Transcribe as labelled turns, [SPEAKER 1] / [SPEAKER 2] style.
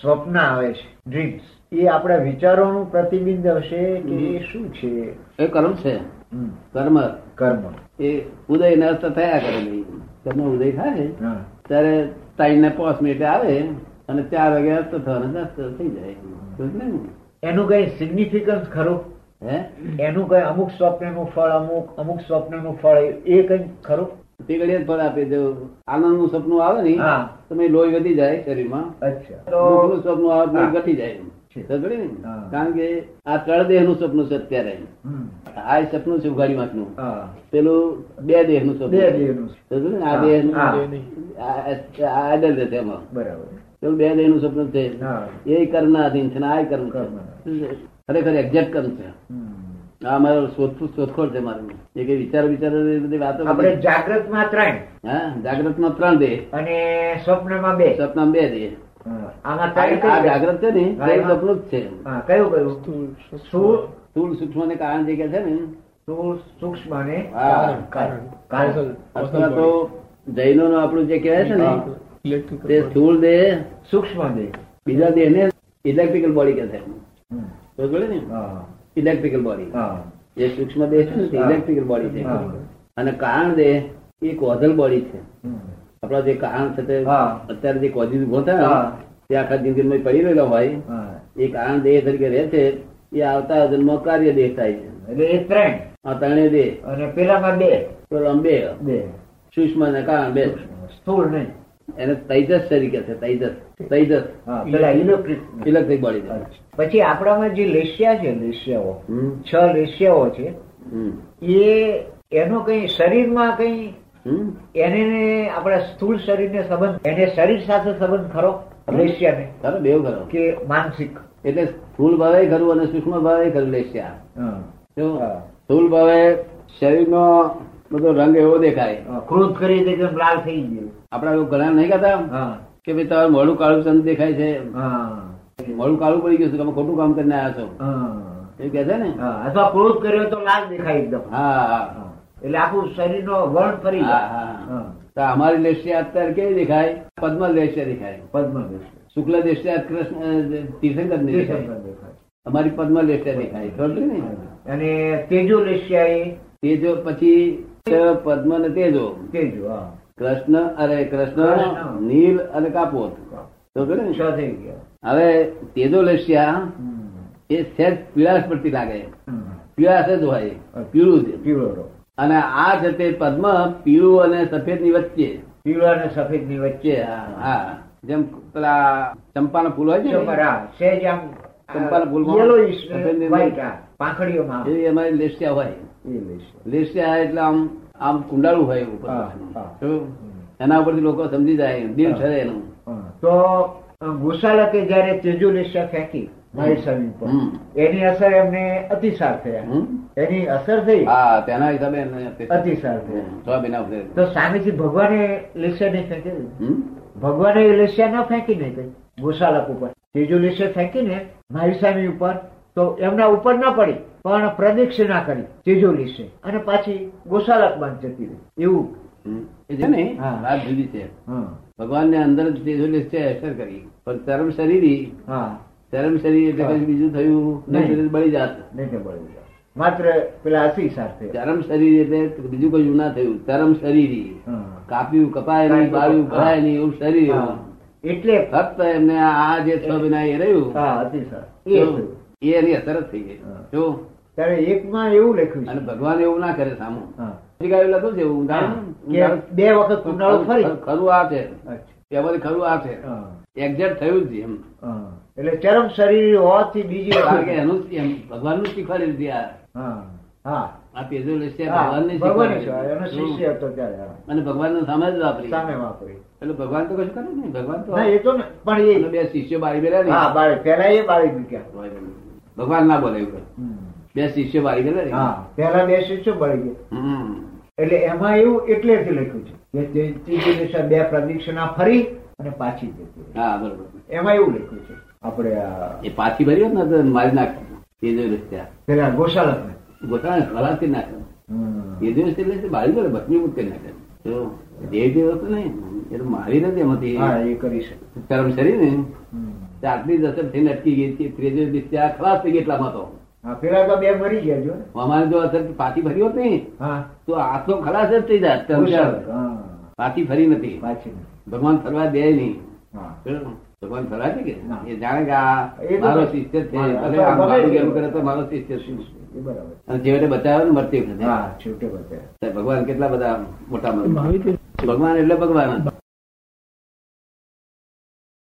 [SPEAKER 1] સ્વપ્ન આવે છે ડ્રીમ્સ એ આપણા વિચારોનું પ્રતિબિંબ હશે કે એ શું છે
[SPEAKER 2] એ કર્મ છે
[SPEAKER 1] હમ,
[SPEAKER 2] કર્મ
[SPEAKER 1] કર્મ
[SPEAKER 2] એ ઉદય ને અસ્ત થયા કરે ભાઈ કર્મ ઉદય થાય
[SPEAKER 1] હા
[SPEAKER 2] ત્યારે ટાઈમ ને પાંચ મિનિટે આવે અને ચાર વાગે અસ્ત થવાના અસ્ત થઈ જાય સમજ ને?
[SPEAKER 1] એનું કઈ સિગ્નિફિકન્સ ખરું
[SPEAKER 2] હે
[SPEAKER 1] એનું કઈ અમુક સ્વપ્નનું ફળ અમુક અમુક સ્વપ્નનું ફળ એ કઈ ખરું
[SPEAKER 2] તે ઘડીએ જ ફળ આપે જો આનંદનું સપનું આવે ને
[SPEAKER 1] હા.
[SPEAKER 2] તમે લોહી વધી જાય શરીરમાં
[SPEAKER 1] અચ્છા
[SPEAKER 2] દુઃખનું સપનું આવે તો
[SPEAKER 1] હા.
[SPEAKER 2] લોહી ઘટી જાય
[SPEAKER 1] છે.
[SPEAKER 2] સમજે ને?
[SPEAKER 1] હા.
[SPEAKER 2] કારણ કે આ ત્રણદેહનું સપનું છે અત્યારે
[SPEAKER 1] હમ,
[SPEAKER 2] આ એ સપનું છે ઉઘાડી માથનું
[SPEAKER 1] હા.
[SPEAKER 2] પેલું બે દેહનું સપનું
[SPEAKER 1] બે દેહનું છે.
[SPEAKER 2] સમજે ને? આ
[SPEAKER 1] હા,
[SPEAKER 2] દેહનું
[SPEAKER 1] હા.
[SPEAKER 2] આ- આ adult છે એમાં
[SPEAKER 1] બરાબર
[SPEAKER 2] પેલું બે દેહનું સપનું છે
[SPEAKER 1] હા
[SPEAKER 2] એ કર્મના આધીન છે ને આ કર્મ છે
[SPEAKER 1] કર્મના.
[SPEAKER 2] ખરેખર એક્ઝેક્ટ કર્મ છે
[SPEAKER 1] હમ.
[SPEAKER 2] આ મારો શોધખોળ શોધખોળ છે મારું એ કઈ વિચાર વિચાર બધી વાતો
[SPEAKER 1] આપણે જાગ્રતમાં ત્રણ
[SPEAKER 2] હા જાગ્રતમાં ત્રણ દેહ
[SPEAKER 1] અને સ્વપ્નમાં બે
[SPEAKER 2] સપના બે દેહ
[SPEAKER 1] હા. આમાં ત્રણ
[SPEAKER 2] આ
[SPEAKER 1] કઈ
[SPEAKER 2] જાગ્રત છે ને
[SPEAKER 1] હા,
[SPEAKER 2] એ
[SPEAKER 1] એમાં-
[SPEAKER 2] સપનું જ છે
[SPEAKER 1] હા કયું કયું સ્થૂળ
[SPEAKER 2] સ્થૂળ સૂક્ષ્મ ને કારણ જે કે છે ને
[SPEAKER 1] સ્થૂળ સૂક્ષ્મ અને
[SPEAKER 2] હા,
[SPEAKER 1] કારણ. કારણ.
[SPEAKER 2] અથવા તો જૈનો નું આપણું જે કહેવાય છે ને તે સ્થૂળ દેહ
[SPEAKER 1] સૂક્ષ્મ દેહ
[SPEAKER 2] બીજા દેહ ને ઇલેક્ટ્રિકલ બોડી કે છે
[SPEAKER 1] હમ.
[SPEAKER 2] તો જોડે ને
[SPEAKER 1] હા
[SPEAKER 2] ઇલેક્ટ્રિકલ બોડી
[SPEAKER 1] હા
[SPEAKER 2] જે સૂક્ષ્મ દેહ છે ને તે
[SPEAKER 1] હા.
[SPEAKER 2] ઇલેક્ટ્રિકલ બોડી છે
[SPEAKER 1] હા.
[SPEAKER 2] અને કારણ દેહ એ કોઝલ બોડી છે
[SPEAKER 1] હમ.
[SPEAKER 2] આપણા જે કારણ છે તે
[SPEAKER 1] હા.
[SPEAKER 2] અત્યારે જે કોઝિસ ઉભો થાય
[SPEAKER 1] હા.
[SPEAKER 2] ને, તે આખા જિંદગીમાં પડી રહેલો હોય
[SPEAKER 1] હા.
[SPEAKER 2] એ કારણ દેહ તરીકે રહે છે એ આવતા જન્મ કાર્ય દેહ થાય છે
[SPEAKER 1] એટલે એ ત્રણ
[SPEAKER 2] આ ત્રણેય દેહ
[SPEAKER 1] અને પેલામાં બે
[SPEAKER 2] તો અંબે
[SPEAKER 1] બે
[SPEAKER 2] સૂક્ષ્મ અને કારણ બે
[SPEAKER 1] સ્થૂળ નહીં
[SPEAKER 2] એને તૈજસ તરીકે છે તૈજસ તૈજસ
[SPEAKER 1] હા પેલા ઇલેક્ટ્રિક
[SPEAKER 2] ઇલેક્ટ્રિક બોડી છે
[SPEAKER 1] પછી આપણામાં જે લેશિયા છે લેશિયાઓ
[SPEAKER 2] હમ,
[SPEAKER 1] છ લેશિયાઓ છે
[SPEAKER 2] હમ,
[SPEAKER 1] એ એનો કઈ શરીરમાં કઈ
[SPEAKER 2] હમ.
[SPEAKER 1] એને આપણા સ્થૂળ શરીરને સંબંધ એને શરીર સાથે સંબંધ ખરો લેશિયાને
[SPEAKER 2] ખરો બેવ ખરો
[SPEAKER 1] કે માનસિક
[SPEAKER 2] એટલે સ્થૂળ ભાવે ખરું અને સૂક્ષ્મ ભાવે ખરું લેશે આ
[SPEAKER 1] હા.
[SPEAKER 2] જો
[SPEAKER 1] હા.
[SPEAKER 2] સ્થૂળ ભાવે શરીરનો બધો રંગ એવો દેખાય
[SPEAKER 1] હા, ક્રોધ કરી તો એકદમ લાલ થઈ ગયું
[SPEAKER 2] આપડા લોકો ઘણા નહીં કહેતા
[SPEAKER 1] હા
[SPEAKER 2] કે ભાઈ તમારું મોડું કાળું ચંદ દેખાય છે
[SPEAKER 1] હા
[SPEAKER 2] મોડું કાળું પડી ગયું છે તમે ખોટું કામ કરીને આવ્યા છો
[SPEAKER 1] હા.
[SPEAKER 2] એવું કે છે ને
[SPEAKER 1] હા. અથવા ક્રોધ કર્યો તો લાલ દેખાય એકદમ
[SPEAKER 2] હા હા
[SPEAKER 1] હા. એટલે આખું શરીરનો વર્ણ ફરી
[SPEAKER 2] હા,
[SPEAKER 1] જાય
[SPEAKER 2] હા.
[SPEAKER 1] હા.
[SPEAKER 2] તો અમારી દ્રષ્ટિએ અત્યારે કેવી દેખાય પદ્મ દ્રષ્ટિએ દેખાય
[SPEAKER 1] પદ્મ દેખાય.
[SPEAKER 2] શુક્લ દ્રષ્ટિએ કૃષ્ણ તીર્થંકર ની દેખાય
[SPEAKER 1] કેશર દેખાય.
[SPEAKER 2] અમારી પદ્મ દ્રષ્ટિએ દેખાય ખબર ને
[SPEAKER 1] અને તેજો લેશિયા એ
[SPEAKER 2] તેજો પછી પદ્મ ને તેજો
[SPEAKER 1] તેજો હા
[SPEAKER 2] કૃષ્ણ અરે કૃષ્ણ
[SPEAKER 1] કૃષ્ણ.
[SPEAKER 2] નીલ અને કાપોત તો ખબર
[SPEAKER 1] છ
[SPEAKER 2] ને
[SPEAKER 1] થઈ ગયા
[SPEAKER 2] હવે તેજો લશ્યા
[SPEAKER 1] હમ.
[SPEAKER 2] એ સહેજ પીળાશ પડતી લાગે
[SPEAKER 1] હમ.
[SPEAKER 2] પીળાશ જ હોય પીળું જ
[SPEAKER 1] પીળો રંગ.
[SPEAKER 2] અને આ છે તે પદ્મ પીળું અને સફેદ ની વચ્ચે
[SPEAKER 1] પીળા અને સફેદ ની વચ્ચે
[SPEAKER 2] વચ્ચે હા, હા જેમ પેલા ચંપાના ફૂલ હોય છે ને,
[SPEAKER 1] ચમરા સહેજ આમ
[SPEAKER 2] ચંપાના ફૂલમાં
[SPEAKER 1] yellowish ને
[SPEAKER 2] સફેદ ને
[SPEAKER 1] white આ પાંખડીઓમાં
[SPEAKER 2] એવી અમારી લેસ્યા હોય
[SPEAKER 1] એ લેશિયા.
[SPEAKER 2] લેસ્યા એટલે આમ આમ કુંડાળું હોય એવું
[SPEAKER 1] હા,
[SPEAKER 2] બધું.
[SPEAKER 1] હા.
[SPEAKER 2] શું? એના ઉપરથી લોકો સમજી જાય દિલ ઠરે એનું
[SPEAKER 1] હા. તો ગોસાલકે જયારે તેજો લેશિયા ફેંકી મારી સમી પર
[SPEAKER 2] હમ.
[SPEAKER 1] એની અસર એમને અતિસાર થયા
[SPEAKER 2] હમ?
[SPEAKER 1] એની અસર થઈ
[SPEAKER 2] હા તેના હિસાબે એને તે-
[SPEAKER 1] અતિસાર થયા
[SPEAKER 2] જવાબ એના ઉપર છે.
[SPEAKER 1] તો સામેથી ભગવાને લેશિયા નહીં ફેંકેલું
[SPEAKER 2] હમ?
[SPEAKER 1] ભગવાને એ લેશિયા ન ફેંકી નહીં કઈ ગોશાલક ઉપર તેજો લેશિયા ફેંકીને મારી સામે ઉપર તો એમના ઉપર ન પડી પણ પ્રદક્ષિણા કરી તેજો લેશે અને પાછી ગોશાલક માં જતી રહી એવું
[SPEAKER 2] હમ. એ છે ને
[SPEAKER 1] હા.
[SPEAKER 2] વાત જુદી છે
[SPEAKER 1] હા
[SPEAKER 2] ભગવાન ને અંદર જ તેજો લેસ્યા અસર કરી પણ ચરમ શરીર
[SPEAKER 1] હા
[SPEAKER 2] ચરમ શરીર એટલે
[SPEAKER 1] હા.
[SPEAKER 2] કઈ બીજું થયું નહીં.
[SPEAKER 1] નહીં.
[SPEAKER 2] બળી જાત
[SPEAKER 1] નહીં કે બળી જાય. માત્ર પેલા અતિ સાથે
[SPEAKER 2] ચરમ શરીર એટલે બીજું કયું ના થયું ચરમ શરીર
[SPEAKER 1] હા.
[SPEAKER 2] કાપ્યું કપાય નહીં બાળ્યું ભરાય નહીં એવું શરીર
[SPEAKER 1] હા. એટલે
[SPEAKER 2] ફક્ત એમને આ જે છ મહિના એ રહ્યું
[SPEAKER 1] હા અતિસાર એ
[SPEAKER 2] જો,
[SPEAKER 1] થયું.
[SPEAKER 2] એ એની અસર જ થઈ ગઈ
[SPEAKER 1] હા.
[SPEAKER 2] જો
[SPEAKER 1] ત્યારે એકમાં એવું લખ્યું
[SPEAKER 2] અને
[SPEAKER 1] છે
[SPEAKER 2] ભગવાન એવું ના કરે સામું
[SPEAKER 1] હા.
[SPEAKER 2] બીજી કાંઈ એવું લખ્યું છે એવું
[SPEAKER 1] હા.
[SPEAKER 2] ઊંધાણું?
[SPEAKER 1] કે બે વખત ઉનાળો
[SPEAKER 2] ઊંધાણું?
[SPEAKER 1] ફરી
[SPEAKER 2] ખરું- ખરું આ છે
[SPEAKER 1] અચ્છા.
[SPEAKER 2] એમાંથી ખરું આ છે
[SPEAKER 1] હા.
[SPEAKER 2] એક્ઝેક્ટ થયું જ છે એમ
[SPEAKER 1] હા. એટલે ચરમ શરીર હોવાથી બીજી
[SPEAKER 2] કારણ કે
[SPEAKER 1] વખત
[SPEAKER 2] એનું જ એમ ભગવાનનું જ શીખવાડેલું છે આ
[SPEAKER 1] હા હા
[SPEAKER 2] આ પેજો લસ્યા
[SPEAKER 1] હા,
[SPEAKER 2] ભગવાનને
[SPEAKER 1] ભગવાન જ હોય.
[SPEAKER 2] શીખવાડેલું.
[SPEAKER 1] એનો
[SPEAKER 2] જો.
[SPEAKER 1] શિષ્ય હતો ત્યારે હા.
[SPEAKER 2] અને ભગવાનને સામે જ વાપરી
[SPEAKER 1] સામે વાપરી
[SPEAKER 2] એટલે ભગવાન તો કશું કરે નહીં ભગવાન તો
[SPEAKER 1] ના એ તો ન- પણ
[SPEAKER 2] એના બે શિષ્યો બારી બેલા
[SPEAKER 1] એ હા બાળી પહેલા એ બાળી મૂક્યા
[SPEAKER 2] ભગવાન ના બોલે એવું કરે. બે શિષ્યો બારી બેલા ને.
[SPEAKER 1] હા પહેલા બે શિષ્યો બળી ગયા
[SPEAKER 2] હમ.
[SPEAKER 1] એટલે એમાં એવું એટલેથી લખ્યું છે કે તે ત્રીજી દિવસે બે પ્રદક્ષિણા ફરી અને પાછી જતી રહી.
[SPEAKER 2] હા બરોબર
[SPEAKER 1] એમાં એવું લખ્યું છે આપણે આ
[SPEAKER 2] એ પાછી ભરી હોત ને તો મારી નાખે તે જે રસ્તા
[SPEAKER 1] પેલા ગોશાલકને
[SPEAKER 2] ગોઠાણ ખલાસ કરી નાખે
[SPEAKER 1] હમ.
[SPEAKER 2] એ દિવસ એટલે તે બારી બેલા ભસ્મીભૂત કરી નાખે તો જે દિવસ ને એ તો મારી નથી એમાંથી
[SPEAKER 1] હા એ કરી શકે
[SPEAKER 2] કર્મ શરીર ને
[SPEAKER 1] હમ.
[SPEAKER 2] તે ચાટની જ અસર થઈને અટકી ગઈ હતી ત્રીજે દિવસ ત્યાં ખલાસ થઈ ગઈ એટલામાં તો
[SPEAKER 1] હા પેલા તો બે મરી ગયા જો ને
[SPEAKER 2] અમારે જો અસર પાછી ફરી હોત નહીં
[SPEAKER 1] હા
[SPEAKER 2] તો આખો ખલાસ જ થઈ જાત
[SPEAKER 1] ભૂસાલક, હા
[SPEAKER 2] પાછી ફરી નથી
[SPEAKER 1] પાછી
[SPEAKER 2] ભગવાન ફરવા દે નહીં
[SPEAKER 1] હા
[SPEAKER 2] ભગવાન ફરવા દે કે
[SPEAKER 1] ના.
[SPEAKER 2] એ જાણે કે આ
[SPEAKER 1] એ તો
[SPEAKER 2] મારો
[SPEAKER 1] બસ.
[SPEAKER 2] શિષ્ય જ છે
[SPEAKER 1] હા,
[SPEAKER 2] ભલે આમ
[SPEAKER 1] બરાબર.
[SPEAKER 2] મારું કેમ કરે તો મારો શિષ્ય છે
[SPEAKER 1] એ બરાબર
[SPEAKER 2] અને જેવડે બચાવ્યો ને મરતી વખતે
[SPEAKER 1] હા છૂટે બધા
[SPEAKER 2] ભગવાન કેટલા બધા મોટા માણસ. ભગવાન એટલે ભગવાન જ.